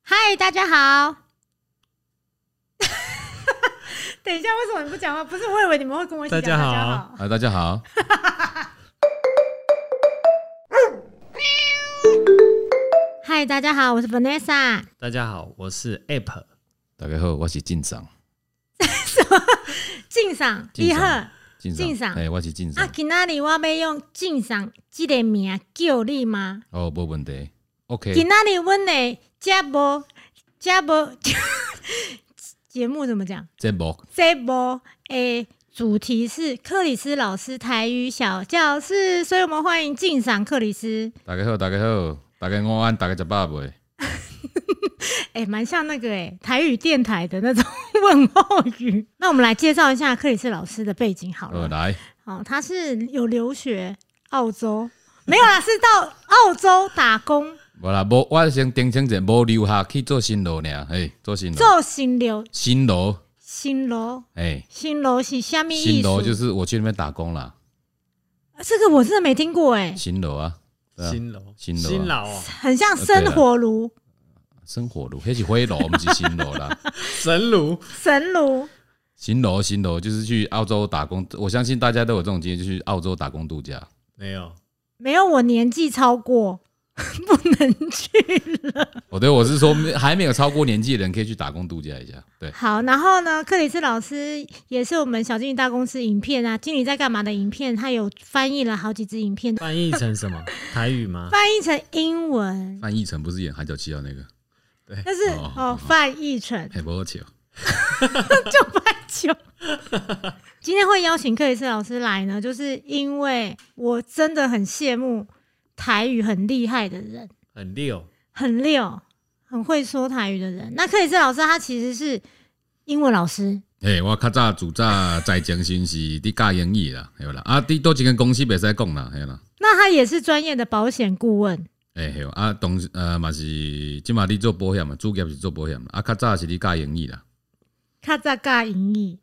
嗨，大家好。 等一下，为什么你不讲话？不是，我以为你们会跟我一起讲。大家好啊，大家好，嗨，大家好，我是 Vanessa。大家好，我是 App，大家好，我是进长，敬赏敬一赏贺进进长哎，我是进啊长，，今仔日我要用敬赏这个名叫你吗？哦，无问题，OK，今仔日阮的节目节目 节目怎么讲？节目这波诶主题是克里斯老师台语小教室，所以我们欢迎敬赏克里斯。大家好，大家好，大家午安，大家食饱未？诶，哎蛮像那个诶台语电台的那种 问候语。那我们来介绍一下克里斯老师的背景好呃，了。来，哦，他是有留学澳洲，没有啦，是到澳洲打工无啦，无，我先澄清者，无留下去做新楼尔，嘿，做新楼，做新流新楼，新楼哎，新楼是虾米新艺楼术？就是我去那边打工啦，呃这个我真的没听过诶，新楼啊，对啊新楼，新楼啊新楼哦，很像呃对生了火炉、生火炉，迄是火炉，毋是新 楼啦，神炉，神炉。新楼，新楼就是去澳洲打工，我相信大家都有这种经验，就去澳洲打工度假，没有，没有，我年纪超过， 不能去。哦，对，我是说还没有超过年纪的人可以去打工度假一下，对。好，然后呢，克里斯老师也是我们小经理大公司影片啊，经理在干嘛的影片，他有翻译了好几支影片，翻译成什么 台语吗？翻译成英文，范逸臣不是演《海角七号》那个？但是哦哦，翻译成嘿，不好笑。就白 酒。今天会邀请克里斯老师来呢，就是因为我真的很羡慕台语很厉害的人。很溜，很溜、很会说台语的人。那克里斯老师他其实是英文老师，嘿，我较早主早在江新是伫教英语啦，嘿啦，啊，伫倒一间公司袂使讲啦，嘿啦，那他也是专业的保险顾问。嘿嘿，啊，同时呃嘛是，即嘛伫做保险嘛，主业是做保险啦，啊，较早是伫教英语啦，较早教英语，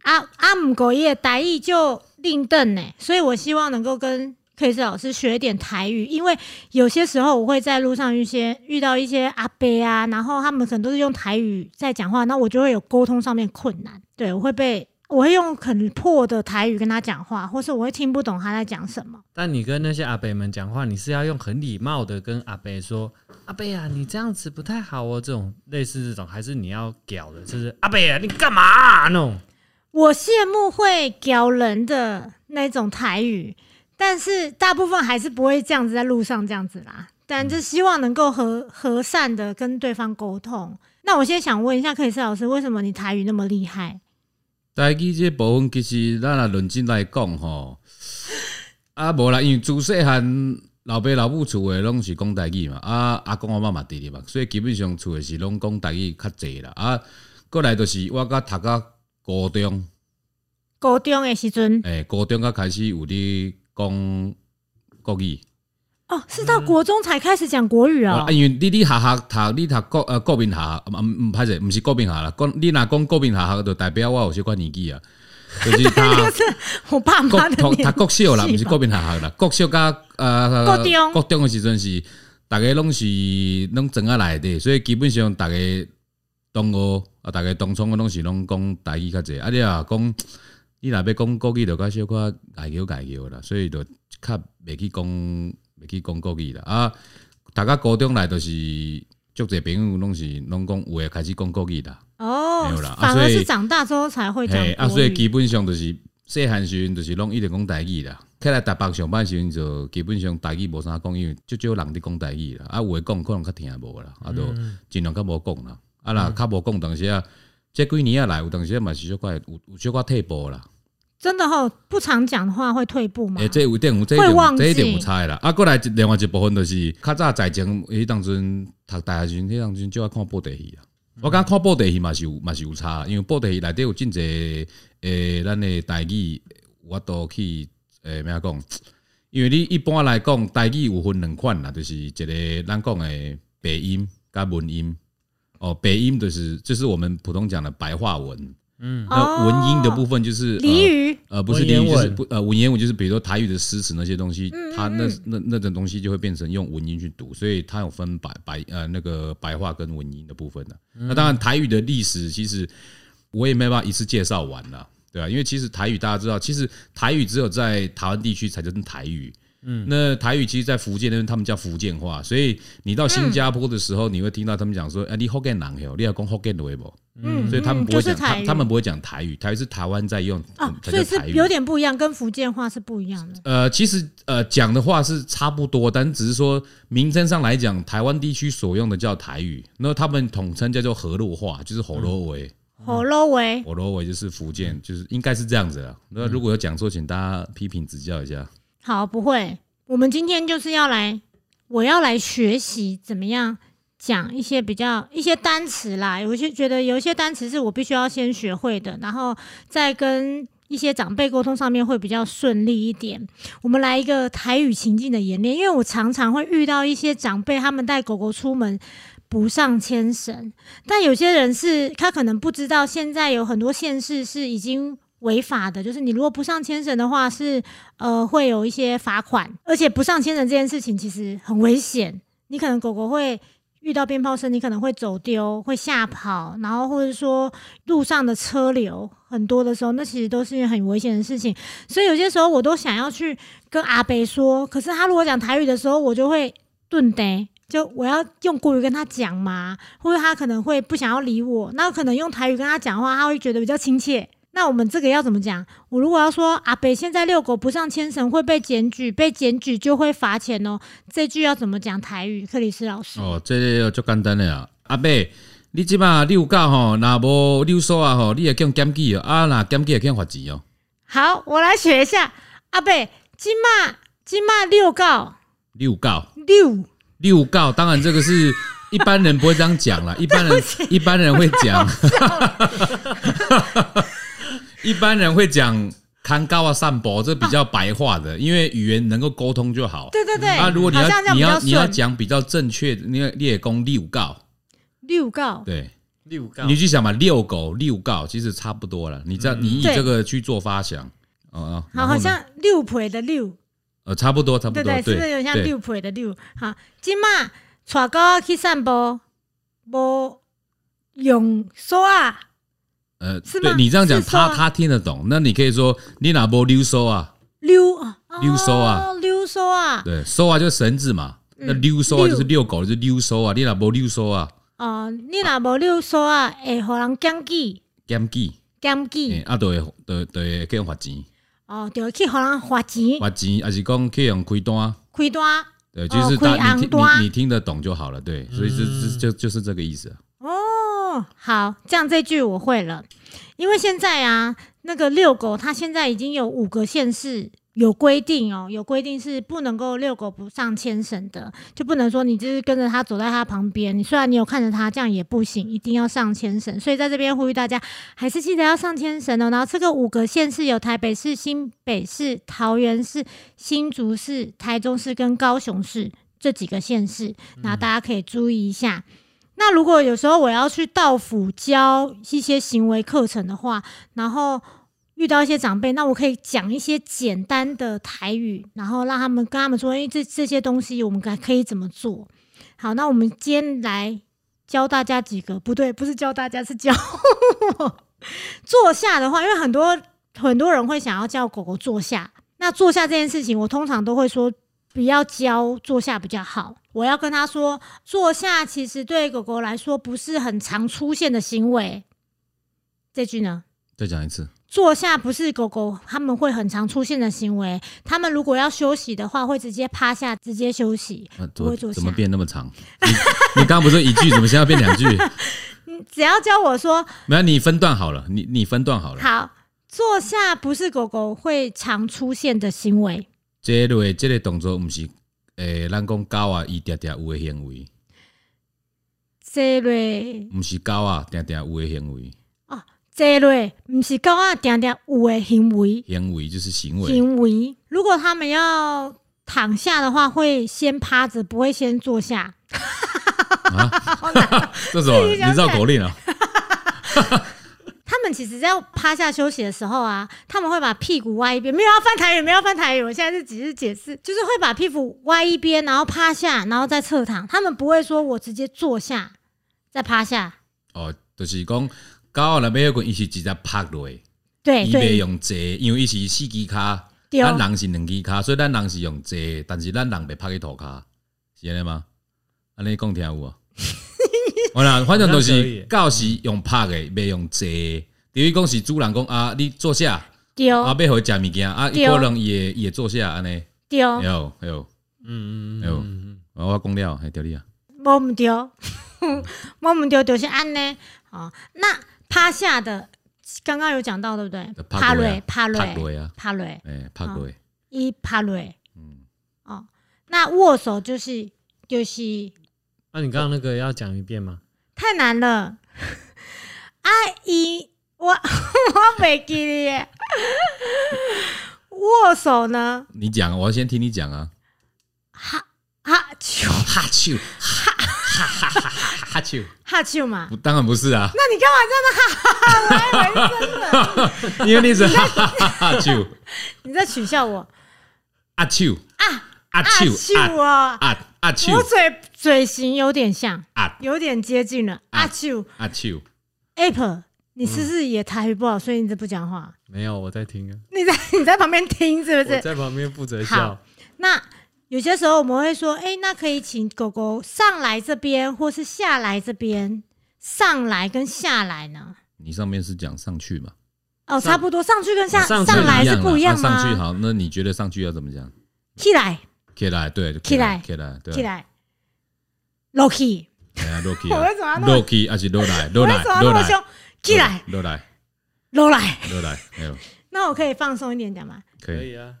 啊啊，毋过伊的台语就另顿呢，所以我希望能够跟克里斯老师学点台语，因为有些时候我会在路上遇些遇到一些阿伯啊，然后他们可能都是用台语在讲话，那我就会有沟通上面困难，对我会被。我会用很破的台语跟他讲话，或是我会听不懂他在讲什么。但你跟那些阿伯们讲话，你是要用很礼貌的跟阿伯说：“阿伯啊，你这样子不太好哦。”这种类似这种，还是你要屌的，就是阿伯啊，你干嘛、啊、那种？我羡慕会屌人的那种台语，但是大部分还是不会这样子在路上这样子啦。但就希望能够和和善的跟对方沟通。那我现在想问一下克里斯老师，为什么你台语那么厉害？台语这部分其实咱若论真来讲吼，啊无啦，因为自细汉老爸老母厝诶拢是讲台语嘛，啊阿公阿嬷嘛伫咧嘛，所以基本上厝诶是拢讲台语较济啦，啊，过来就是我甲读到高中。高中的时阵，诶、高中才开始有咧讲国语，哦，是到国中才开始讲国语哦啊，。因为你你下下读你读国呃国民下，毋毋歹势，毋是国民下啦，讲你若讲国民下下，就代表我有小可年纪啊，就是读我爸国妈的读读年国小啦，纪吧毋是国民下下啦，国小甲呃国中国中诶时阵是逐个拢是拢装啊内底，所以基本上逐个同学啊，逐个同窗诶拢是拢讲台语较济，啊你若讲。你若要讲国语，就较小可外叫外叫啦，所以就较袂去讲袂去讲国语啦。啊，大家高中来就是足侪朋友拢是拢讲有诶开始讲国语啦，哦没有啦啊，反而所是以长大之后才会讲嘿，啊，国所以语。基本上就是细汉时阵就是拢一直讲台语啦。起来台北上班时阵就基本上台语无啥讲，因为足少人伫讲台语啦。啊，有诶讲可能较听无啦，啊，就尽量较无讲啦。啊，若较无讲，当时啊，即几年啊来有当时啊嘛是小可会有有小可退步啦。真的哦，不常讲的话会退步吗？诶、哎这有一定有，这一会定忘有记这一定有差的啦。啊，过来一另外一部分就是较早在前迄当阵读大学时阵，迄当阵就爱看布袋戏啊。我感觉看布袋戏嘛是有嘛是有差的，因为布袋戏内底有真侪诶，咱的台语有法度去诶，咩讲？因为你一般来讲，台语有分两款啦，就是一个咱讲的白音甲文音。哦，北音就是就是我们普通讲的白话文，嗯，那文音的部分就是俚呃语，呃，不是文言俚语，就是文不呃文言文，就是比如说台语的诗词那些东西，嗯它嗯那嗯那那种东西就会变成用文音去读，所以它有分白白呃那个白话跟文音的部分呢、啊嗯那当然台语的历史其实我也没办法一次介绍完了、对啊，因为其实台语大家知道，其实台语只有在台湾地区才叫台语。嗯，那台语其实，在福建那边他们叫福建话，所以你到新加坡的时候，你会听到他们讲说：“哎、你福建人哟，你要讲福建话不？”嗯，所以他们嗯不会就是讲，他台语，他们不会讲台语，台语是台湾在用，哦，嗯才所以叫是台语有点不一样，跟福建话是不一样的。呃，其实呃讲的话是差不多，但只是说名称上来讲，台湾地区所用的叫台语，那他们统称叫做河洛话，就是吼洛维，火肉维，吼洛维就是福建，就是应该是这样子啦。那如果有讲错，请大家批评指教一下。好，不会，我们今天就是要来，我要来学习怎么样讲一些比较一些单词啦。有一些觉得有一些单词是我必须要先学会的，然后再跟一些长辈沟通上面会比较顺利一点。我们来一个台语情境的演练，因为我常常会遇到一些长辈，他们带狗狗出门。不上牵绳，但有些人是他可能不知道，现在有很多县市是已经违法的，就是你如果不上牵绳的话，是呃会有一些罚款，而且不上牵绳这件事情其实很危险，你可能狗狗会。遇到鞭炮声，你可能会走丢、会吓跑，然后或者说路上的车流很多的时候，那其实都是很危险的事情。所以有些时候我都想要去跟阿北说，可是他如果讲台语的时候，我就会顿呆，就我要用国语跟他讲嘛，或者他可能会不想要理我，那可能用台语跟他讲话，他会觉得比较亲切。那我们这个要怎么讲？我如果要说阿北现在遛狗不上牵绳会被检举，被检举就会罚钱哦，这句要怎么讲台语？克里斯老师，哦，这个就简单了啊，阿伯。你即马有教吼，若无有所啊吼，你会叫检举哦，啊若检举会叫罚钱哦。好，我来学一下。阿北，今嘛今嘛遛狗你有教，遛，你有教，当然这个是一般人不会这样讲 啦，一般人一般人会讲，一般人会讲看高啊散步，这比较白话的，因为语言能够沟通就好。对对对，啊，如果你好像这样要比你较要你要顺讲比较正确，你要猎公遛告，遛狗，对，六杠你去想嘛，遛狗遛告其实差不多了。你这样你以对这个去做发想，哦嗯哦，好，然后好呢像六陪的六，呃差不多差不对多，对，是不是有点像对六陪的六？好，今嘛带狗去散步，无用锁啊，呃，是对吗你这样讲，是说啊他他听得懂。那你可以说你哪波溜收啊？溜啊，溜索啊哦，溜索啊，对，收啊就是绳子嘛。那溜收啊嗯溜就是遛狗，就是溜收啊。你哪波溜收啊？哦，你若无溜索啊，会互人检举，检举，检诶，举，啊，都会都都会给人罚钱，哦，就去互人罚钱，罚钱还是讲去用开单，开单。对，哦就是他开红你听单嗯你你听得懂就好了，对，所以这这就就是这个意思啊。哦，好，这样这句我会了，因为现在啊，那个遛狗，它现在已经有五个县市有规定哦，有规定是不能够遛狗不上牵绳的，就不能说你就是跟着它走在它旁边，你虽然你有看着它，这样也不行，一定要上牵绳。所以在这边呼吁大家，还是记得要上牵绳哦。然后这个五个县市有台北市、新北市、桃园市、新竹市、台中市跟高雄市这几个县市，那大家可以注意一下。那如果有时候我要去道府教一些行为课程的话，然后遇到一些长辈，那我可以讲一些简单的台语，然后让他们跟他们说，哎、这这些东西我们该可以怎么做？好，那我们今天来教大家几个，不对，不是教大家，是教 我坐下的话，因为很多很多人会想要叫狗狗坐下，那坐下这件事情，我通常都会说不要教坐下比较好。我要跟他说，坐下其实对狗狗来说不是很常出现的行为。这句呢，再讲一次，坐下不是狗狗他们会很常出现的行为。他们如果要休息的话，会直接趴下，直接休息。啊怎不么会坐下怎么变那么长？你你刚刚不是一句，怎么现在变 两句？嗯只要教我说没有，你分段好了，你你分段好了。好，坐下不是狗狗会常出现的行为。这类这个动作，毋是诶，咱讲狗啊，伊定定有诶行为，这类毋是狗啊，定定有诶行为，这类，不是狗啊，常常有的行为。行为就是行为。行为。如果他们要躺下的话，会先趴着，不会先坐下。 这种你绕口令啊？他们其实在趴下休息的时候啊，他们会把屁股歪一边，没有要翻台语，没有要翻台语，我现在是只是解释，就是会把屁股歪一边，然后趴下，然后再侧躺。他们不会说我直接坐下再趴下，哦，就是讲狗若要滚，伊是直接拍落的，对伊袂对用坐，因为伊是四支骹，哎对咱人是两支骹，所以咱人是用坐，但是咱人袂拍去涂骹，是安尼吗？安尼讲听有无？ 我啦，反正就好像可以是耶狗是用拍的，袂用坐的。等于讲是主人讲啊，你坐下，啊，丢要互伊食物件啊，伊哦对哦可能伊会伊会坐下安尼，哦丢，有有，嗯嗯嗯哎呦嗯，啊我讲了，嘿，对你啊，摸唔丢， 摸唔丢，就是安呢。哦，那趴下的刚刚有讲到对不对？趴趴落瑞啊趴拍瑞落啊，趴瑞诶，拍哦落，一趴瑞嗯，哦，那握手就是就是。那你刚刚那个要讲一遍吗？太难了。阿姨，我 我没记得耶。握手呢？你讲，我先听你讲啊，哈哈啾哈啾，哈哈哈哈哈哈啾，哈啾嘛？不，当然不是啊，那你干嘛这样子哈哈哈？我还以为是真的。因为你是哈哈哈哈啾，你在取笑我啊啾，啊？啊啊啾，啾啊啊！啊啊我啾，嘴嘴型有点像，啊有点接近了。啊阿啾啊啾， Apple，你是不是也台语不好，所以你都不讲话？没有，我在听啊，你在你在旁边听是不我是？在旁边负责好笑。那有些时候我们会说，哎、那可以请狗狗上来这边，或是下来这边。上来跟下来呢？你上面是讲上去嘛？哦，上差不多，上去跟下上去上来一是啦不一样啊上去吗？好，那你觉得上去要怎么讲？起来，起来，对，起来起来，对，啊起来，Loki，起哎 呀，落去我啊，为什么要那么落去还是落来， 我落为来什么，要落那么来，凶？起来，落来，落来。落来，哎呦，那我可以放松一点讲吗？可以，啊，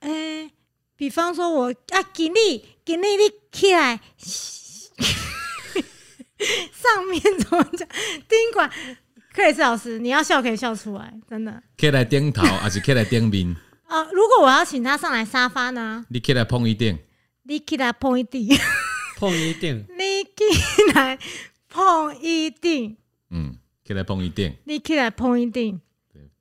哎、比方说我啊，给力，给力，你起来。 上面怎么讲？宾馆，克里斯老师，你要笑可以笑出来，真的。起来顶头还是起来顶面？呃，如果我要请他上来沙发呢，你起来碰一点，你给他碰一定，碰一定， 你给来碰一定，嗯，起来碰一点，你给来碰一定，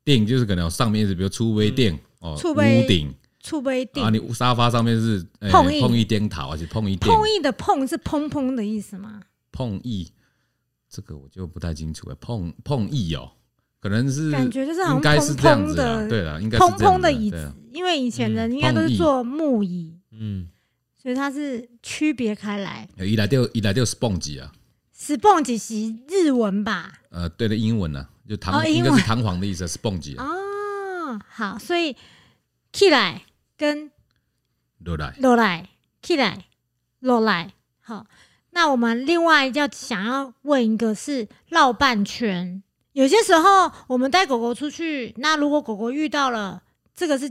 顶就是可能有上面是比如粗微嗯顶哦，粗微屋顶触不一定。啊，你沙发上面是哎碰一碰一点头还是碰一点碰一的碰是砰砰的意思吗？碰一？这个我就不太清楚了，碰碰一哦，可能是感觉就是好像应该是这样子砰砰啊，的对了，应该是砰这样砰的子啊椅对啊子，因为以前人嗯应该都碰是椅坐木椅，嗯，所以它是区别开来。伊来就伊来就 sponge 啊， s p o n g 是日文吧？呃，对的，英文啊，就弹、哦应英该文是弹簧的意思，sponge 啊，哦，好，所以起来跟落来落来，起来，落来。好，那我们另外要想要问一个是绕半圈。有些时候我们带狗狗出去，那如果狗狗遇到了这个是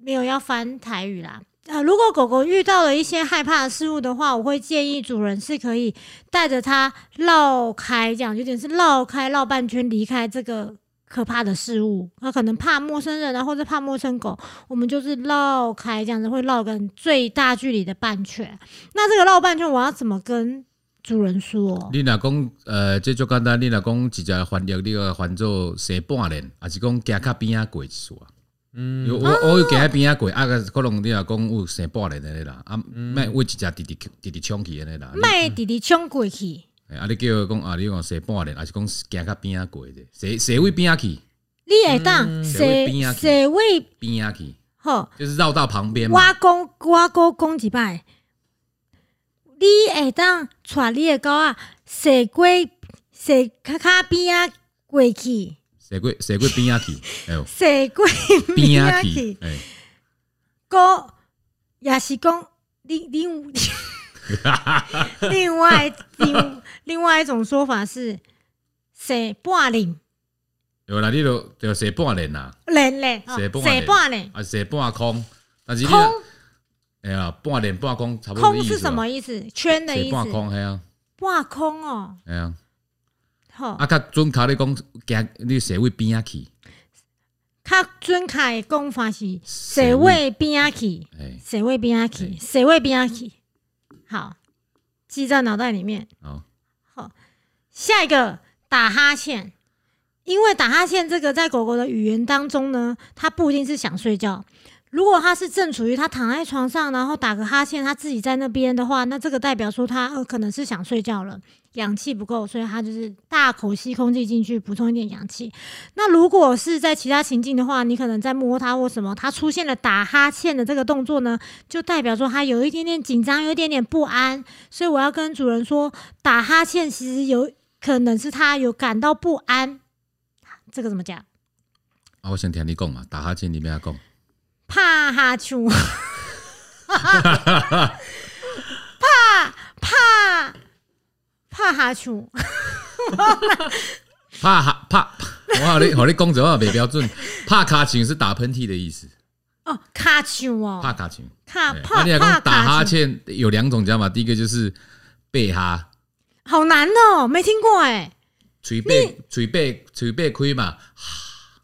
没有要翻台语啦。呃，如果狗狗遇到了一些害怕的事物的话，我会建议主人是可以带着它绕开，这样有点是绕开绕半圈离开这个可怕的事物。它可能怕陌生人啊，或者怕陌生狗，我们就是绕开这样子，会绕个最大距离的半圈。那这个绕半圈，我要怎么跟主人说？你嗯若讲呃，这足简单，你若讲直接翻译，你个翻做西半年，还是讲行较边啊过一丝啊？嗯有我我有行较边啊过，啊，可能你若讲有西半年安尼啦，啊，莫为一只直直直直冲去安尼啦。你卖弟弟冲过去，哎啊，你叫伊讲啊，你讲西半年，还是讲行较边啊过者，西西位边啊去，你会当谁会边谁啊去谁位边啊去，吼？就是绕到旁边嘛。我讲我讲讲一摆，你会当带你的狗啊，踅过踅卡卡边啊过去，西过西过边啊去，哎呦，踅过边啊啊去，，哎，哥也是讲另 另另外另另外一种说法是，谁半领有啦，你就就西半年啦。人嘞，哦西半西领半领啊，是半空，但是你空哎呀，半脸半空差不多空是什么意思？圈的是意思，半空，系啊，半空哦，系啊。好，啊，较准卡你讲，行你社会边啊去，较准确的讲法是谁位边啊去，哎，谁位边啊去，谁位边啊去，好，哦记在脑袋里面。好，好，下一个打哈欠，因为打哈欠这个在狗狗的语言当中呢，它不一定是想睡觉。如果它是正处于它躺在床上，然后打个哈欠，它自己在那边的话，那这个代表说它呃可能是想睡觉了，氧气不够，所以它就是大口吸空气进去，补充一点氧气。那如果是在其他情境的话，你可能在摸它或什么，它出现了打哈欠的这个动作呢，就代表说它有一点点紧张，有一点点不安。所以我要跟主人说，打哈欠其实有可能是它有感到不安，这个怎么讲？啊，我想听你讲嘛，打哈欠你不要讲，怕哈欠，怕怕怕哈欠，怕哈怕， 我好你好你讲这话没标准，怕卡琴是打喷嚏的意思，哦，卡欠怕哦，卡琴。卡对怕啊你来怕讲打卡哈欠，欠有两种，你知道吗？第一个就是背哈，好难哦，没听过哎，嘴背嘴背嘴背开嘛，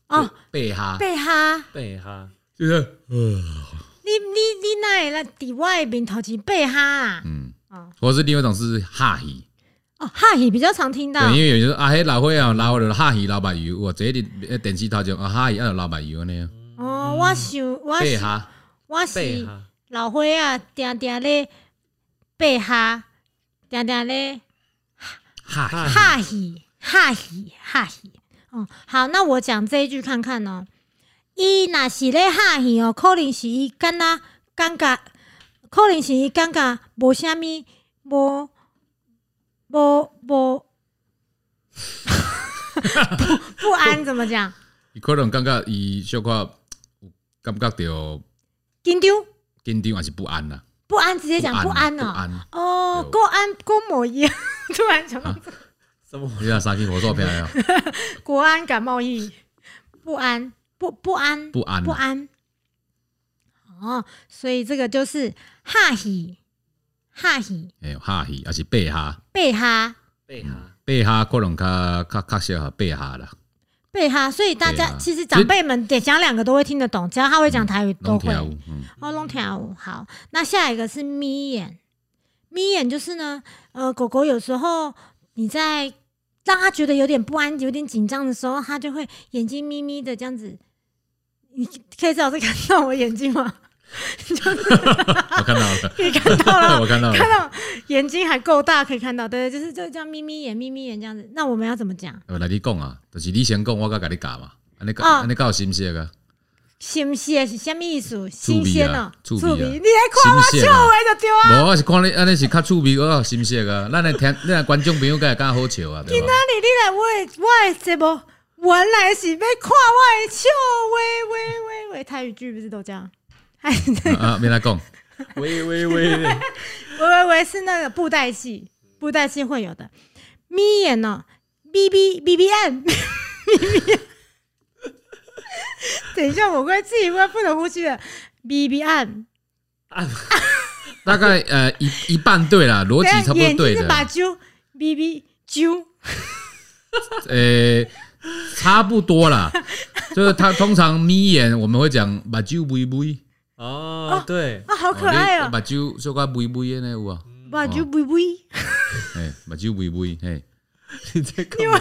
哦，背哈，被哈，背哈，就是你你你哪会来底外面头前被哈啊？嗯哦，或是另外一种是哈气，哦，哈嘿比较常听到对，因为有人说啊，嘿老伙啊，老伙就哈气老白油，我这里电视头前啊哈气啊老白油呢，哦，我想我背是哈，我是背。哈，老伙啊，定定咧爬哈，定定咧哈气，哈哈喜哈喜哈喜。哦，好，那我讲这一句看看哦。伊若是咧哈喜哦，可能是伊干呐尴尬，可能是伊尴尬无虾米，无无无不不安怎么讲？伊可能感觉伊小可有感觉到紧张紧张还是不安啦，不安，直接讲不安不哦。安，哦，对够安够某一， 突然想到什么？你讲三句火烧片啊，国安感冒疫，不安不不安不安啊不安。哦，所以这个就是哈喜哈喜哎呦哈气，还是背哈。贝哈背哈，背哈可能较较较适合背哈啦，贝哈，所以大家、对啊其实长辈们得讲两个都会听得懂，只要他会讲台语都拢会。跳舞，嗯，哦，龙条舞好，那下一个是眯眼，眯眼就是呢，呃，狗狗有时候你在让它觉得有点不安、有点紧张的时候，它就会眼睛眯眯的这样子。你可以在我这看到我眼睛吗？我 看到了，可以看到了，我看到看了，到眼睛还够大，可以看到，对，就是就这样眯眯眼、眯眯眼这样子。那我们要怎么讲？我来你讲啊，就是你先讲，我甲甲你教嘛，安尼哦安尼有心鲜啊，新鲜是什么意思？新味鲜哦，啊趣味啊触鼻，你来夸我新笑鲜啊话就对啊！无我是看你安尼是较趣味，我有心鲜啊，咱来听，咱的观众朋友该较好笑啊，对吧？那你你来我的我的节目，原来是要看我的笑喂喂喂喂，台语剧不是都这样？ 哎还是这啊，没来讲， 喂 喂喂，喂喂喂是那个布袋戏，布袋戏会有的。眯眼呢、b B B B M，B B。等一下，我快自己快不能呼吸了。B B M，大概呃一一半对啦，逻等一辑下差不眼多对睛是的，把揪 B B 揪，呃，差不多啦， 就是他通常眯眼我们会讲目睭微微，哦，对，啊，好可爱你哦嗯目，睭小可微微的呢有啊，把揪 B B，哎，目睭微微，哎。你在干嘛？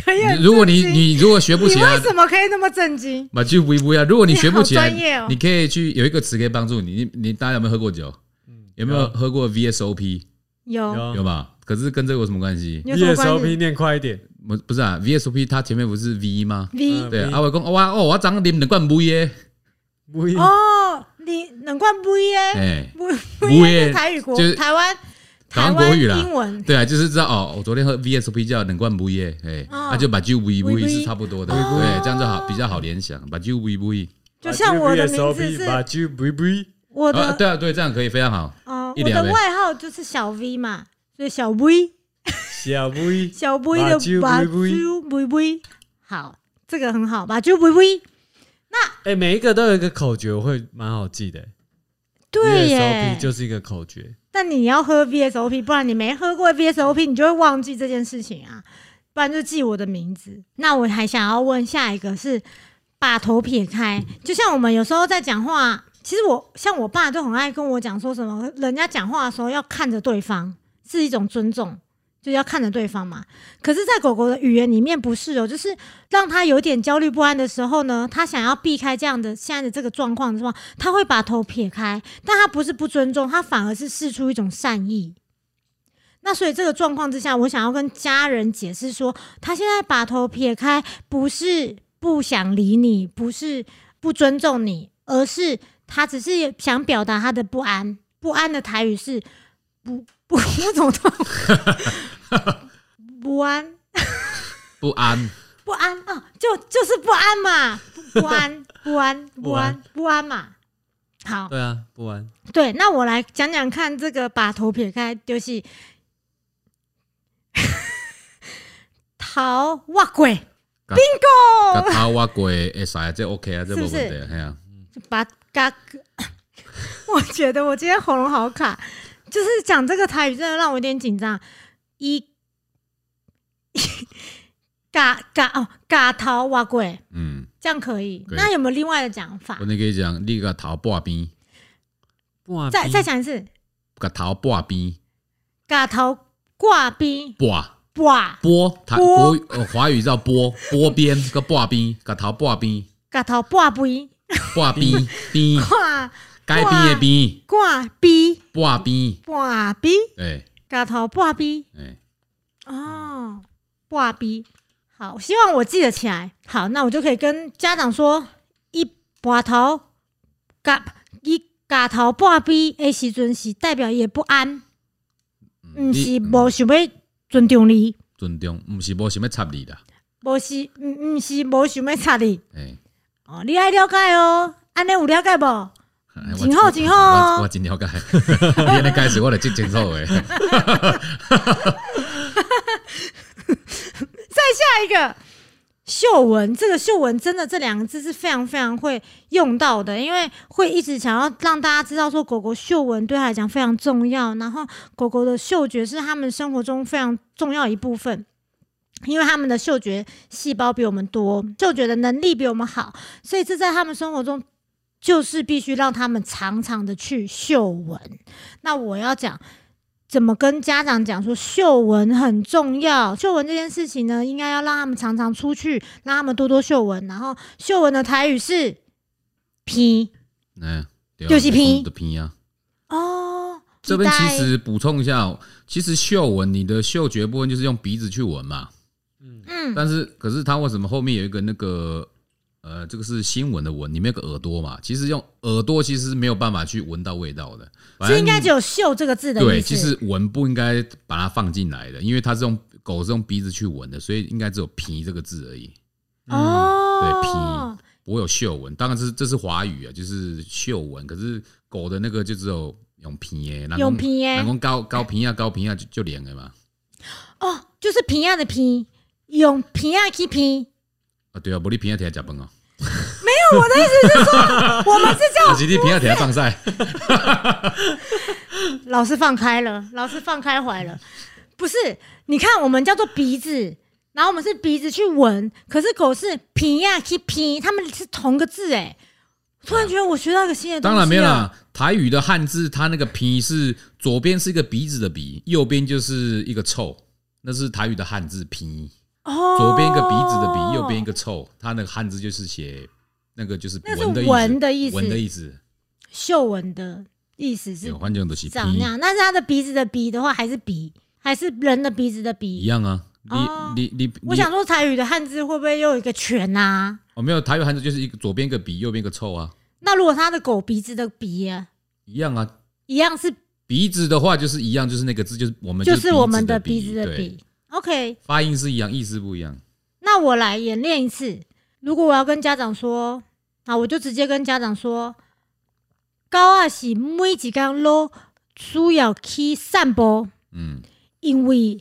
可以很你如果你震惊你如果学不起你为来，什么可以那么震惊？马就不不要。啊如果你学不起来，你好专业哦你可以去有一个词可以帮助你。你你大家有没有喝过酒？有没有喝过 VSOP？有嗯有吧？可是跟这个有什么关系？哦有什么哦关系 ESOP 念快一点，不不是啊，VSOP 它前面不是 V 吗？ ？V 嗯对， V 啊，我讲哦我哦，我昨啉两罐杯耶，不一哦，你难怪 V 耶嗯哎， ，V V 不是耶台语国就是台湾台台湾湾国语啦英文对啊，就是知道哦，我昨天喝 VSOP 叫两罐杯耶，哎，哦那就把酒微微微微是差不多的，哦对，这样就好，比较好联想，把酒微微。就像我的名字 ESOP 把是就不不，我啊，的对啊，对，这样可以非常好。哦，一我两的位外号就是小 V 嘛，所以小 V 小不一，小 V 的把把猪酒 V V，好，这个很好，把猪 V V，哎，每一个都有一个口诀，我会蛮好记的。对 ESOP 耶。就是一个口诀，但你要喝 VSOP，不然你没喝过 VSOP，你就会忘记这件事情啊。不然就记我的名字。那我还想要问下一个是把头撇开，就像我们有时候在讲话，其实我像我爸就很爱跟我讲说什么，人家讲话的时候要看着对方，是一种尊重。就要看着对方嘛。可是，在狗狗的语言里面不是哦，就是让它有点焦虑不安的时候呢，它想要避开这样的现在的这个状况的时候，它会把头撇开，但它不是不尊重，它反而是试出一种善意。那所以这个状况之下，我想要跟家人解释说，他现在把头撇开，不是不想理你，不是不尊重你，而是他只是想表达他的不安。不安的台语是不不， 我怎么都 不安不安，不安啊，就就是不安嘛，不不安不安不不安安不安嘛。好，对啊，不玩对，那我来讲讲看，这个把头撇开就是 逃挖鬼嘎甲 bingo，头我过会使，这 OK 啊，这无问是不题是啊，嘿啊，把嘎， 我觉得我今天喉咙好卡，就是讲这个台语真的让我有点紧张。一嘎嘎哦，嘎逃挖鬼，嗯，这样可以。可以那有没有另外的讲法我？那个讲，你甲头半边，不玩，再再讲一次，甲头半边，嘎逃挂冰半哇，波，它波国语呃华语叫 波，波边个半边，甲头半边，嘎逃挂冰半 边边，挂。该边的边，挂逼半边，挂逼，哎嘎头挂逼哎，哦，挂逼。好，我希望我记得起来。好，那我就可以跟家长说，一挂头嘎一嘎头挂逼的时阵是代表也不安，嗯毋你是嗯无想要尊重你，尊重，毋是无想要插你啦，无是嗯毋毋是无想要插你。哎，哦，你爱了解哦，安尼有了解无？哎我真好真好哦我我真了解， 你安尼解释我就真清楚诶， 下一个嗅闻，这个嗅闻真的这两个字是非常非常会用到的，因为会一直想要让大家知道说狗狗嗅闻对它来讲非常重要，然后狗狗的嗅觉是它们生活中非常重要的一部分。因为它们的嗅觉细胞比我们多，嗅觉的能力比我们好，所以这在它们生活中就是必须让他们常常的去嗅闻。那我要讲怎么跟家长讲说嗅闻很重要，嗅闻这件事情呢，应该要让他们常常出去，让他们多多嗅闻。然后嗅闻的台语是“皮嗯，对啊就是鼻就鼻啊。”哦，这边其期待实补充一下，其实嗅闻你的嗅觉部分就是用鼻子去闻嘛，嗯但是可是它为什么后面有一个那个呃，这个是新闻的闻，里面有个耳朵嘛？其实用耳朵其实是没有办法去闻到味道的，反是应该正只有“嗅”这个字的意思。对，其实闻不应该把它放进来的，因为它是用狗是用鼻子去闻的，所以应该只有“皮”这个字而已，嗯哦，不会有嗅闻。当然这是这是华语啊，就是嗅闻，可是狗的那个就只有用“皮”耶，然后用鼻耶然后高高皮啊高皮啊就就连了嘛。哦，就是“皮亚”的“皮”，用“皮亚”去“皮啊，对啊，无你平常天食饭哦，”。我们是啊是你平常天放晒， 老师放开了，老师放开怀了。不是，你看我们叫做鼻子，然后我们是鼻子去闻，可是狗是皮呀去皮，他们是同个字哎。突然觉得我学到一个新的东西。当然没有。啦。啊台语的汉字，它那个鼻是左边是一个鼻子的鼻，右边就是一个臭，那是台语的汉字鼻。哦，左边一个鼻子的鼻，右边一个臭，它那个汉字就是写那个就是那是闻的意思，闻的意思闻的意思。嗅闻的意思是有换种都是长那鼻样，但是它的鼻子的鼻的话，还是鼻，还是人的鼻子的一鼻。样啊。哦你你你我你想说台语的汉字会不会又有一个全啊？哦，没有台语汉字就是一个左边一个鼻，右边一个臭啊，那如果它的狗鼻子的鼻、啊、一样啊。一样是，鼻子的话就是一样，就是那个字，就是我们就是我们的鼻鼻子的对鼻。OK，发音是一样，意思不一样。那我来演练一次。如果我要跟家长说，啊，我就直接跟家长说，高二是每一天都需要去散步，嗯，因为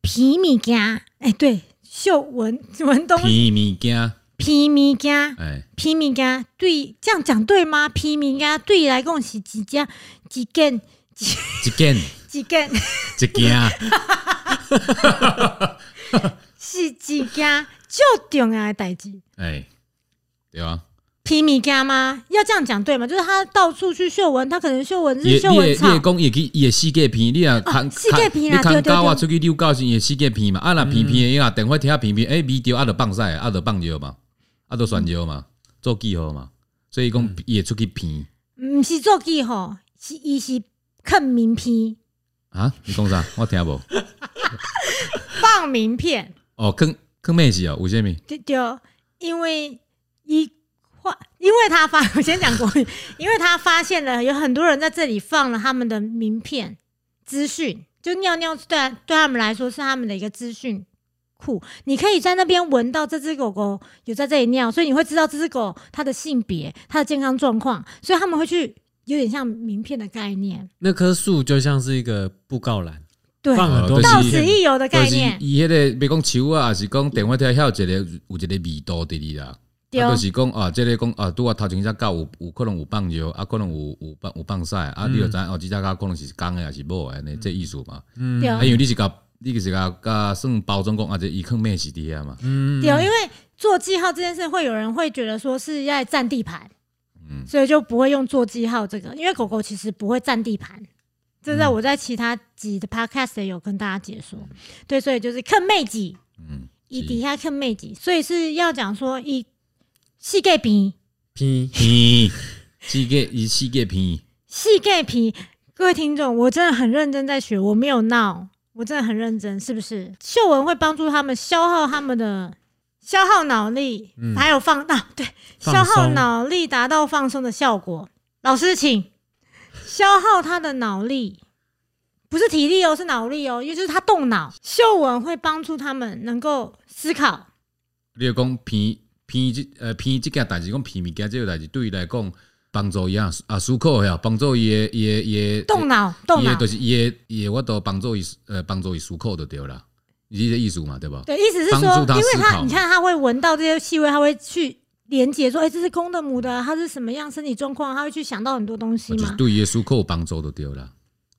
皮物件，哎、对，嗅闻闻东西，皮物件，皮物件，哎，皮物件，对，这样讲对吗？皮物件对伊来讲是一件一件一件一件 一件，是一件最重要的代志。哎，对啊，批米家吗？要这样讲对吗？就是他到处去秀文，他可能秀文也日、秀你也、文你也草，哦讲，也去也四界片，你也扛四界片你啊对扛对嗯狗啊对出去遛狗时，也四界片嘛。啊，若片片的啊，电话听啊片片，哎，味道啊，就放屎，啊，就放尿嘛，啊，就传尿嘛，做记号嘛。所以嗯讲，也出去片唔是做记吼，是伊是看名片，啊？你讲啥？我听无。放名片，哦，坑坑妹是哦，有啥物？对对，因为一发，因为他发， 我先讲国语，因为他发现了有很多人在这里放了他们的名片资讯，就尿尿对啊对他们来说是他们的一个资讯库，你可以在那边闻到这只狗狗有在这里尿，所以你会知道这只狗它的性别、它的健康状况，所以他们会去有点像名片的概念，那棵树就像是一个布告栏，对，放很多就是到名此片一游的就概是念，伊迄个，别讲树啊，还是讲电话听遐有一个有一个味道伫哩啦。对啊，就是讲啊，即个讲啊，拄啊头前只狗有有可能有放尿，啊，可能有有放有放屎，啊，你就知嗯哦，即只狗可能是公的还是母的，安尼这意思嘛。嗯对啊，因为你是甲你是甲甲算包装讲啊，这伊坑咩是伫遐嘛。嗯，对，因为做记号这件事，会有人会觉得说是在占地盘，嗯所以就不会用做记号这个，因为狗狗其实不会占地盘。这在我在其他集的 podcast 也有跟大家解说，对，所以就是坑妹集，嗯， 以底下坑妹集，所以是要讲说以细盖皮、批片，四个伊四个片，细盖皮，各位听众，我真的很认真在学，我没有闹，我真的很认真，是不是？秀文会帮助他们消耗他们的消耗脑力，嗯还有放大、对放消耗松脑力，达到放松的效果。老师，请消耗他的脑力，不是体力哦，是脑力哦，因为就是他动脑。秀文会帮助他们能够思考，你就讲片片即呃片即件代志，讲片物件即个代志对伊来讲帮助伊啊啊思考呀，帮助伊的伊的伊的动脑，动伊的脑就。是伊的伊的我都帮助伊呃帮助伊思考就对啦，伊个意思嘛对吧？对，意思是说帮助，他因为思他考你嘛看他会闻到这些气味，他会去连接说，哎、这是公的母的，它是什么样身体状况，他会去想到很多东西就是嘛。对伊的思考有帮助就对啦，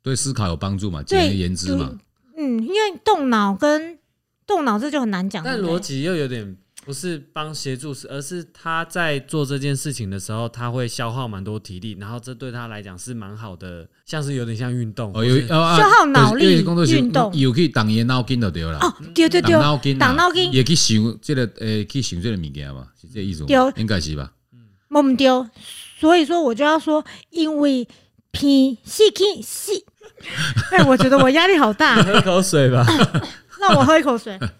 对思考有帮助嘛，简对而言之嘛，嗯，因为动脑跟动脑这就很难讲，但对不对逻辑又有点不是帮协助，是而是他在做这件事情的时候，他会消耗蛮多体力，然后这对他来讲是蛮好的，像是有点像运动，哦或有是哦啊消耗脑力就是因为工作是运动有去动伊的脑筋就对啦。哦，对对对动，脑筋啊，动脑筋也去想这个诶，去想这个物件嘛，是这个意思吗对，应该是吧？我们丢。所以说，我就要说，因为偏细气细， 哎，我觉得我压力好大。喝口水 吧。让我喝一口水。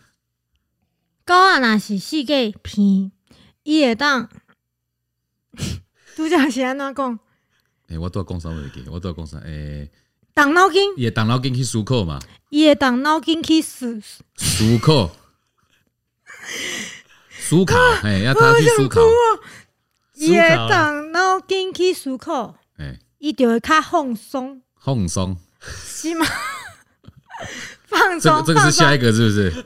狗啊，若是四界鼻，伊会当。 拄则是安怎讲？诶，我都讲啥物件？我都讲啥？诶，动脑筋，也动脑筋去思考嘛，伊会动脑筋去思，思考，思 考，诶，要他去思考，哦伊会思考啊动脑筋去思考，诶，伊就会较放松，放松，是 吗？放这个松，这个放是下松，一个是不是？下一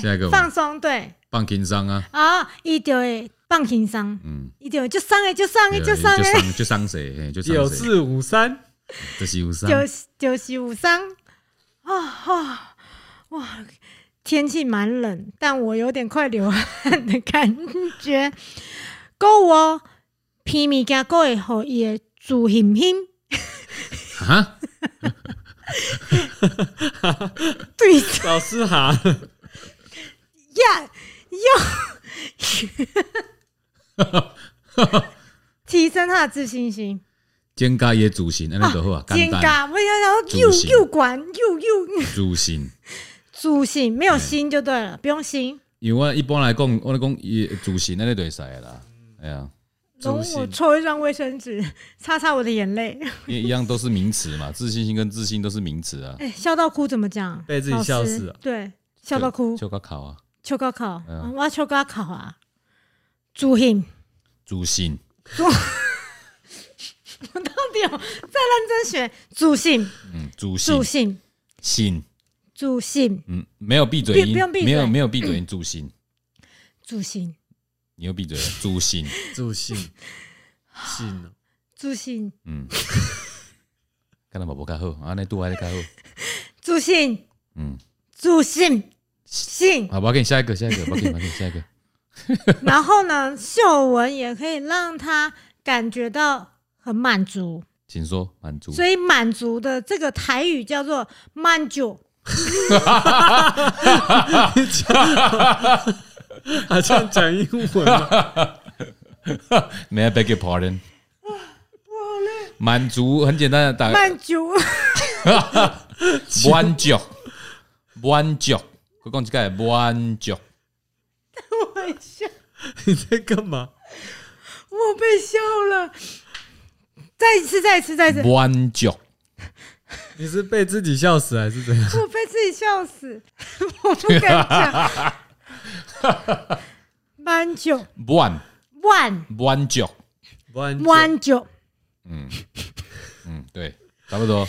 对，个吗放松，对，放轻松啊，啊，伊就会放轻松，嗯，伊就会就上诶，就上诶，对就啊上就诶，上就上谁？嘿就九上谁？四五三，这是有 上，就是就是有伤啊啊哇！天气蛮冷，但我有点快流汗的感觉。够哦，偏物件够会互伊的自信心啊，对老师好，呀又提升他的自信心。增加伊的自信，安尼就好啊，简肩单，胛，我想要自又信又管又又自信。自信，没有心就对哎了，不用心。因为我一般来讲，我咧讲伊的自信安尼就会使的啦，哎呀。容自我信抽一张卫生纸， 擦擦我的眼泪。 因为一样都是名词嘛，自信心跟自信都是名词啊。哎、笑到哭怎么讲？被自己老笑师死哎啊对，笑到哭，就个考啊，秋高考，嗯啊我要秋高考啊！主信， 自信我到底有在认真学主信，嗯，自信主信，信，主信，嗯，没有闭嘴不不音用闭，嘴没有没有闭嘴音，自信，主信， 你又闭嘴了，自信，助兴，信哦， 主信，嗯，干嘛无较好，安尼拄安尼较好，主信，嗯，主信，信好，我给你下一个，下一个，我给你，我给你下一个， 然后呢，嗅闻也可以让他感觉到很满足，请说满足。所以满足的这个台语叫做“满足好像讲英文啊， May I beg your pardon？满足很简单的”，打满足。 满足，满足。我讲一哎个满足，我一下，你在干嘛？我被笑了。再一次，再一次，再一次，满足，你是被自己笑死还是怎样？我被自己笑死， 我不敢 讲。满足，满万满足。弯万九，嗯，对，差不多。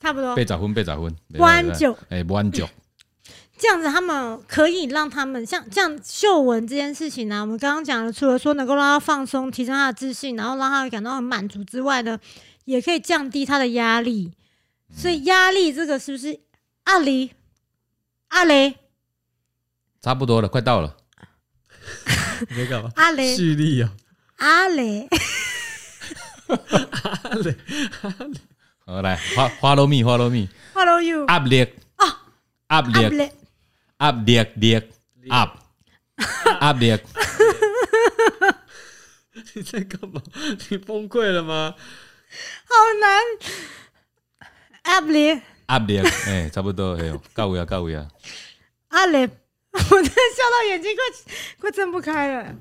差不多八。十分，八十分。满足哎，满足。这样子，他们可以让他们像这样嗅闻这件事情啊呢、我们刚刚讲了，除了说能够让他放松、提升他的自信，然后让他感到很满足之外呢，也可以降低他的压力。所以压力这个是不是阿里阿雷差不多了，快到了。你在干嘛？阿雷蓄力啊！阿雷？好，来花花露蜜，花露蜜。 Hello you，压力啊压阿力雷压力力压压力你在干嘛？你崩溃了吗？好难，阿雷压力，哎，差不多，哎呦，到位啊，到位啊。阿雷，我真的笑到眼睛快快睁不开了。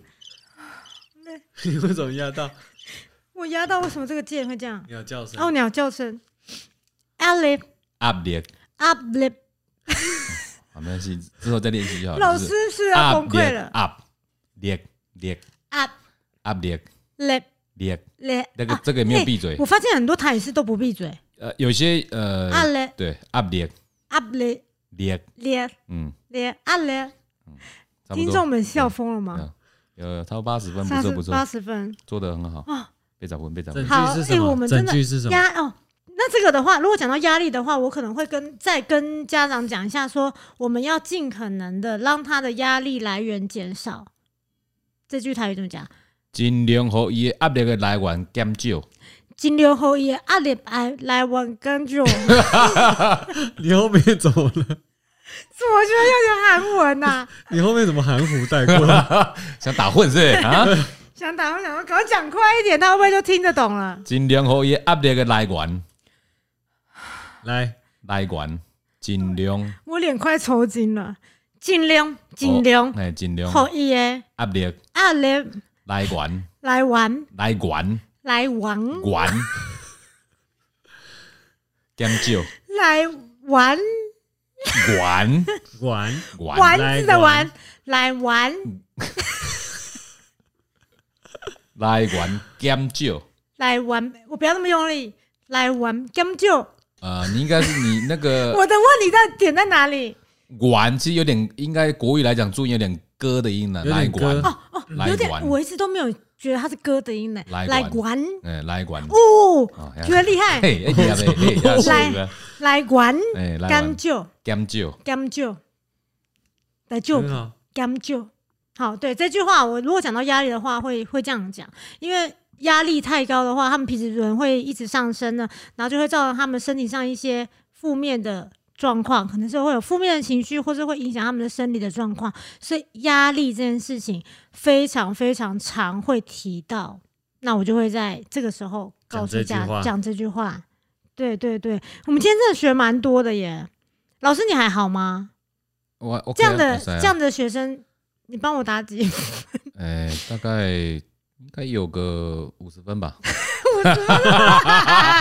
你为什么压到我压到为什么这个键会这样？鸟叫声？哦，鸟叫声，阿雷压力，阿雷，好，没关系，之后再练习就好了。老就师是是不是要崩溃了？压力力阿压力雷力，雷，啊那个啊这个也没有哎闭嘴我发现很多台语是都不闭嘴，呃，有些呃阿，雷对，压力阿雷力，雷嗯，雷阿雷，差不啊听众多，们笑疯了吗？嗯，有超过八十分，不三错十不错八，十分，做的很好啊，别找分，别找整分，句好是什哎我么？们真整的句是什么？压哦。那这个的话，如果讲到压力的话，我可能会跟再跟家长讲一下说我们要尽可能的让他的压力来源减少。这句台语怎么讲？尽量和伊的压力的来源减少。 尽量好伊的压力来啊哎来往跟住，怎么 就你后面怎么了？ 要讲韩文呐、啊？你后面怎么含糊带 过？想打混是不是啊？想打我想说，赶快讲快一点，他会不会就听得懂了？尽量和伊的压力的来源来，来源尽量我脸快抽筋了，尽量尽量哎，哦尽量好伊的压力压力来源来玩来源来往源减少来玩源玩源丸子的玩玩来玩来源减少。来玩，我不要那么用力，来玩根就呃，你应该是你那个我的问题在点在哪里？源其实有点，应该国语来讲注音有点歌的音了，有来点歌源，哦，来有点玩，我一直都没有觉得它是歌的音呢。来来玩玩哎，来源，哦哦，觉得厉害，嘿，哎，你也袂，你也是来来玩哎，来甘源就减少，甘就来就很好，甘就好。对这句话，我如果讲到压力的话，会会这样讲，因为。压力太高的话，他们皮质醇会一直上升呢，然后就会造成他们身体上一些负面的状况，可能是会有负面的情绪，或是会影响他们的生理的状况。所以压力这件事情非常非常常会提到。那我就会在这个时候告诉讲这家句话讲这句话。对对对，我们今天真的学蛮多的耶。老师你还好吗？我 OK 啊这样的可以啊这样的学生，你帮我打 几分？哎，大概应该有个五十分吧，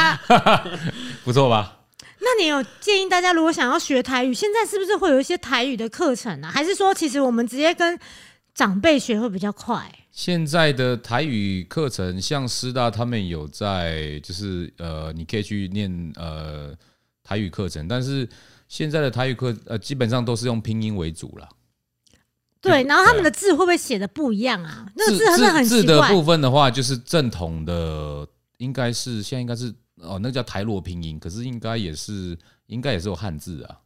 不错吧？那你有建议大家，如果想要学台语，现在是不是会有一些台语的课程啊？还是说，其实我们直接跟长辈学会比较快？现在的台语课程，像师大他们有在，就是呃，你可以去念呃台语课程，但是现在的台语课呃，基本上都是用拼音为主了。对，然后他们的对字会不会写的不一样啊？那个字字真的很字奇的怪部分的话，就是正统的，应该是现在应该是哦，那个叫台罗拼音，可是应该也是应该也是有汉字啊。嗯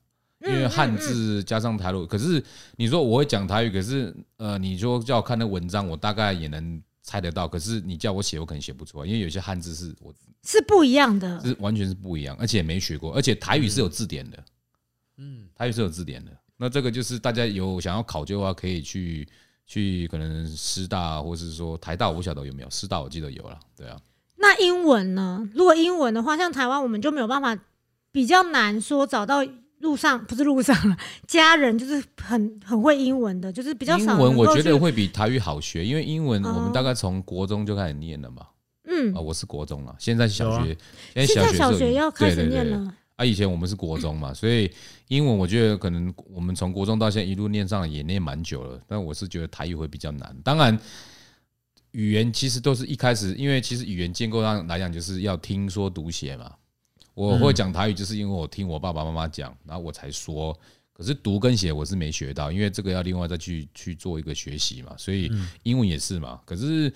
因为汉字加上台语。可是你说我会讲台语，可是呃，你说叫我看那文章，我大概也能猜得到。可是你叫我写，我可能写不出来，因为有些汉字是我是不一样的。是完全是不一样，而且没学过，而且台语是有字典的，嗯，台语是有字典的。那这个就是大家有想要考究的话，可以去去可能师大或是说台大，我不晓得有没有师大，我记得有了，对啊，那英文呢？如果英文的话，像台湾我们就没有办法，比较难说找到路上不是路上了，家人就是很很会英文的，啊就是比较英少。文我觉得，会比台语好学，因为英文哦我们大概从国中就开始念了嘛。嗯啊，，我是国中了，现在哎小学，现在在小是有学要开始念。对对对了。啊，以前我们是国中嘛，所以英文我觉得可能我们从国中到现在一路念上来也念蛮久了，但我是觉得台语会比较难。当然，语言其实都是一开始，因为其实语言建构上来讲就是要听说读写嘛。我会讲台语，就是因为我听我爸爸妈妈讲，然后我才说。可是读跟写我是没学到，因为这个要另外再去去做一个学习嘛，所以英文也是嘛。可是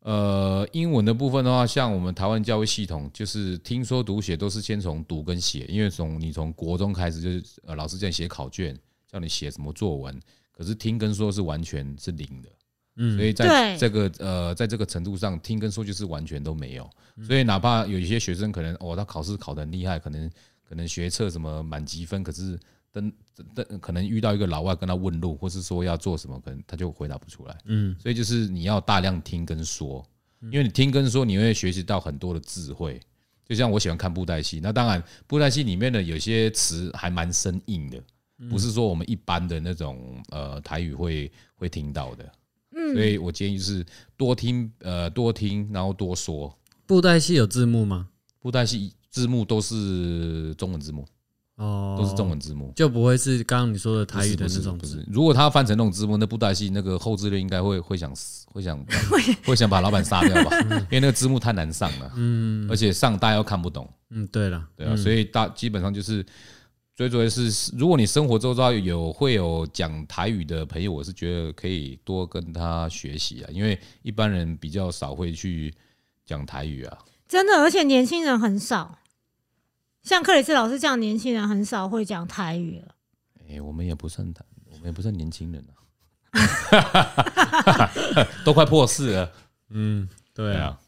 呃，英文的部分的话，像我们台湾教育系统，就是听说读写都是先从读跟写，因为从你从国中开始就是呃，老师叫你写考卷，叫你写什么作文，可是听跟说是完全是零的。嗯所以对在这个呃，在这个程度上，听跟说就是完全都没有。所以哪怕有一些学生可能哦，他考试考得很厉害，可能可能学测什么满积分，可是等等可能遇到一个老外跟他问路，或是说要做什么，可能他就回答不出来。嗯，所以就是你要大量听跟说，因为你听跟说，你会学习到很多的智慧。就像我喜欢看布袋戏，那当然布袋戏里面的有些词还蛮生硬的，不是说我们一般的那种呃台语会会听到的。所嗯，以我建议就是多听，呃，多听，然后多说。布袋戏有字幕吗？布袋戏字幕都是中文字幕，哦，都是中文字幕，就不会是刚刚你说的不台是语的不是那种不字是。如果他翻成那种字幕，那布袋戏那个后置率应该会会想死会想 会想把老板杀掉 吧，因为那个字幕太难上了，嗯，而且上大家又看不懂，嗯，对了，对啊，所以大基本上就是追逐的是，如果你生活周遭有会有讲台语的朋友，我是觉得可以多跟他学习啊，因为一般人比较少会去讲台语啊。真的，而且年轻人很少，像克里斯老师这样年轻人很少会讲台语了。哎、我们也不算台，我们也不算年轻人啊， 都快破四了，嗯，对对啊，啊，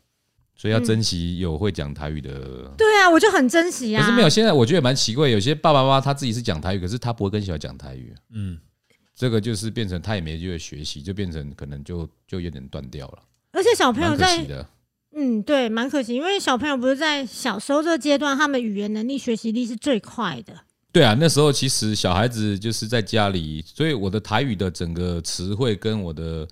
所以要珍惜有会讲台语的。对啊，我就很珍惜可啊。是没有，现在我觉得蛮奇怪，有些爸爸妈妈他自己是讲台语，可是他不会跟小孩讲台语，啊嗯，这个就是变成他也没机会学习，就变成可能就就有点断掉了，而且小朋友蛮可在惜的。嗯，对，蛮可惜，因为小朋友不是在小时候这个阶段，他们语言能力、学习力是最快的。对啊，那时候其实小孩子就是在家里，所以我的台语的整个词汇跟我的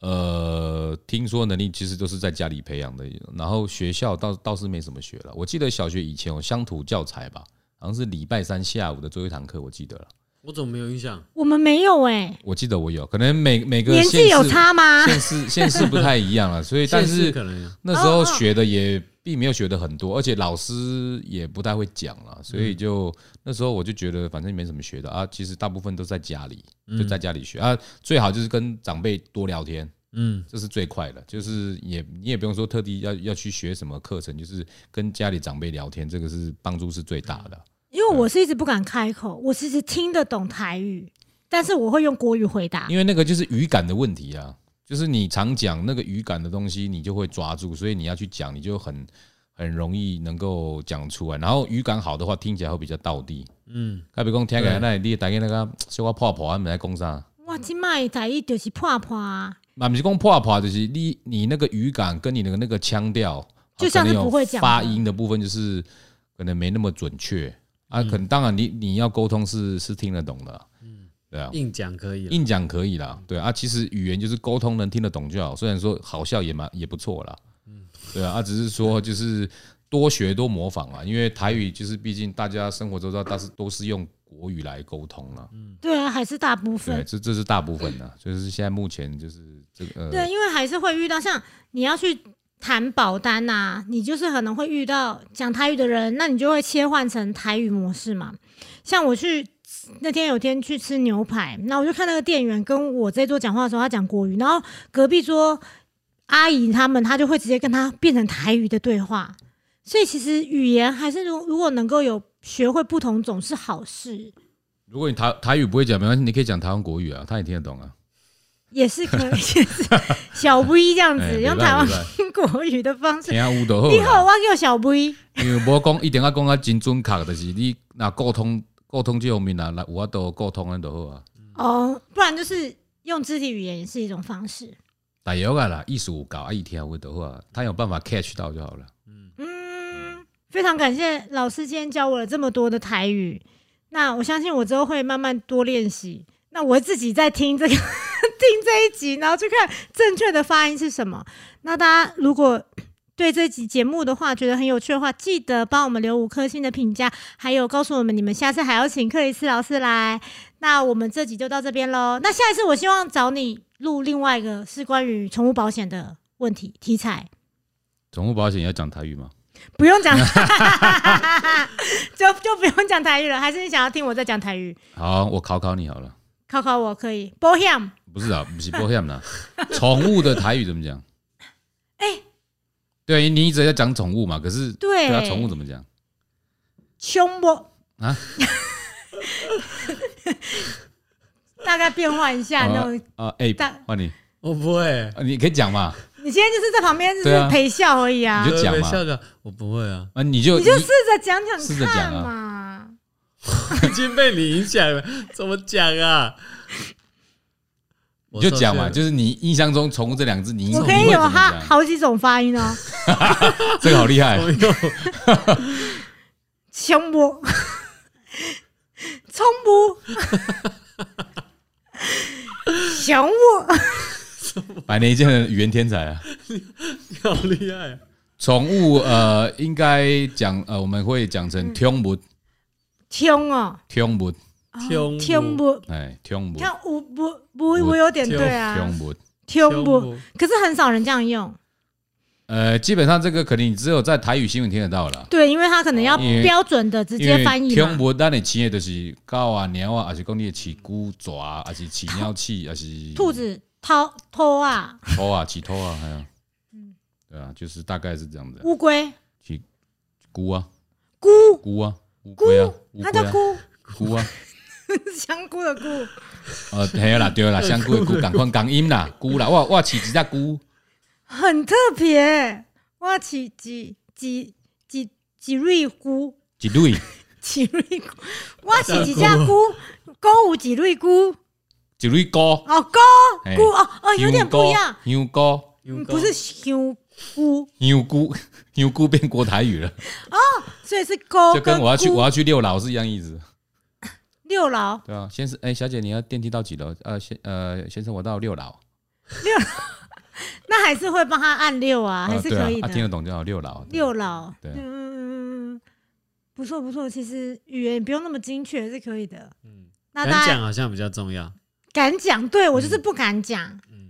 呃听说能力，其实都是在家里培养的。然后学校倒倒是没什么学了。我记得小学以前有乡土教材吧，好像是礼拜三下午的最后一堂课，我记得了。我怎么没有印象？我们没有哎、我记得我有，可能每每个年纪县市有差吗？县市县市不太一 样了，所以但现实是可能有那时候学的也并没有学的很多，而且老师也不太会讲啦，所以嗯就那时候我就觉得反正没什么学的啊，其实大部分都在家里，嗯就在家里学啊，最好就是跟长辈多聊天，嗯，这是最快的，就是也你也不用说特地要要去学什么课程，就是跟家里长辈聊天，这个是帮助是最大的。因为我是一直不敢开口，我其实听得懂台语，但是我会用国语回答。因为那个就是语感的问题啊，就是你常讲那个语感的东西，你就会抓住，所以你要去讲，你就很很容易能够讲出来。然后语感好的话，听起来会比较道地。嗯，比如讲听起来那你大概那个小可破破，俺们来讲啥？哇，今麦台语就是破破啊，嘛不是讲破破，就是你你那个语感跟你的那个腔调，啊就像是可能有不会讲的发音的部分，就是可能没那么准确啊。可能当然你你要沟通是是听得懂的啦，嗯，对啊。硬讲可以了，硬讲可以啦，对啊，其实语言就是沟通能听得懂就好，虽然说好笑也蛮也不错啦，对啊，啊只是说就是多学多模仿啊，因为台语就是毕竟大家生活周遭，但是都是用国语来沟通啦，对啊，还是大部嗯对，分这这是大部分的，就是现在目前就是这个对，啊呃，因为还是会遇到像你要去谈保单呐、你就是可能会遇到讲台语的人，那你就会切换成台语模式嘛。像我去那天有天去吃牛排，那我就看那个店员跟我这桌讲话的时候，他讲国语，然后隔壁桌阿姨他们，他就会直接跟他变成台语的对话。所以其实语言还是如如果能够有学会不同种是好事，如果你台台语不会讲，没关系，你可以讲台湾国语啊，他也听得懂啊。也是可以， 就是小 V 这样哎子，没嗯用办台法湾没办法国语的方式。听有就好啦。你好，我叫小 V，因为无讲一定要讲啊真准确，就是你若沟通沟通这方面啊，来有法度沟通咱就好啊。哦，不然就是用肢体语言也是一种方式。大约啊啦，意思有搞啊，伊听有就好啊，他有办法 catch 到就好了。嗯，非常感谢老师今天教我了这么多的台语。那我相信我之后会慢慢多练习。那我会自己在听这个 听这一集，然后去看正确的发音是什么。那大家如果对这集节目的话觉得很有趣的话，记得帮我们留五颗星的评价，还有告诉我们你们下次还要请克里斯老师来。那我们这集就到这边喽。那下一次我希望找你录另外一个是关于宠物保险的问题题材。宠物保险要讲台语吗？不用讲， 就就不用讲台语了。还是你想要听我在讲台语？好，我考考你好了。考考我可以。保险，不是啊，不是保险啦，宠物的台语怎么讲？哎对你一直在讲宠物嘛，可是对对啊，宠物怎么讲？凶我啊， 大概变换一下那种。啊，哎但，换你，我不会，啊你可以讲嘛，你今天就是在旁边就对是啊陪笑而已啊，你就讲嘛我会笑个，我不会啊，啊，你就你就试着讲试讲着看讲嘛。啊已经被你影响了， 怎么讲啊？你就讲嘛，我受限了就是你印象中宠物这两个字，你我可你以会有怎么哈讲？好几种发音哦。这个好厉害啊我，用凶我， 冲 不，想我，百年一见的语言天才啊！ 好厉害啊，宠物呃，应该讲呃，我们会讲嗯成宠物，听哦。宠物，听听不，哎，宠物，看我不不我有点对啊，宠物。听听不，不可是很少人这样用，呃，基本上这个可能你只有在台语新闻听得到啦，对，因为他可能要哦因为标准的直因为接翻译宠嘛。物，咱的饲的就是狗啊、猫啊，还是讲你的饲龟、蛇啊，还是饲鸟、饲，还是兔、子掏偷啊，兔啊、饲兔啊，还有，对啊，就是大概是这样子啊。乌龟饲龟啊，菇龟啊，乌菇龟啊，，乌它龟叫啊， 菇，龟啊。香菇的菇，呃，嘿啦，对 啦，香菇的菇，赶快港音啦，菇啦，我我饲一只菇，很特别。哇，几几几几几瑞菇，一类，几瑞菇，哇，是几只菇，菇有几瑞菇？一类菇，哦，菇嘿菇哦哦，有点不一样，哎香菇，嗯不是香菇，香菇，香菇变国台语了，所以是菇就跟我要去菇我要去六老是一样意思，六楼，对啊，先生，哎、小姐，你要电梯到几楼？呃，先呃，先生，我到六楼，哦那还是会帮他按六啊，还呃是对啊可以，的。啊听得懂就好，六楼，对六楼，对嗯，不错不错，其实语言不用那么精确是可以的。嗯那敢大讲家好像比较重要，敢讲，对我就是不敢讲，嗯，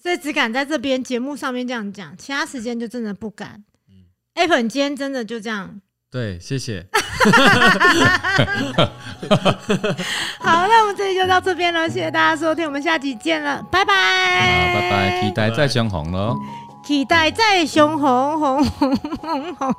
所以只敢在这边节目上面这样讲，其他时间就真的不敢。Apple，你今嗯天真的就这样。对，谢谢，好，那我们这里就到这边了，谢谢大家收听，我们下集见了，拜拜。啊，嗯拜拜，期待再相逢喽。期待再相红红红红红。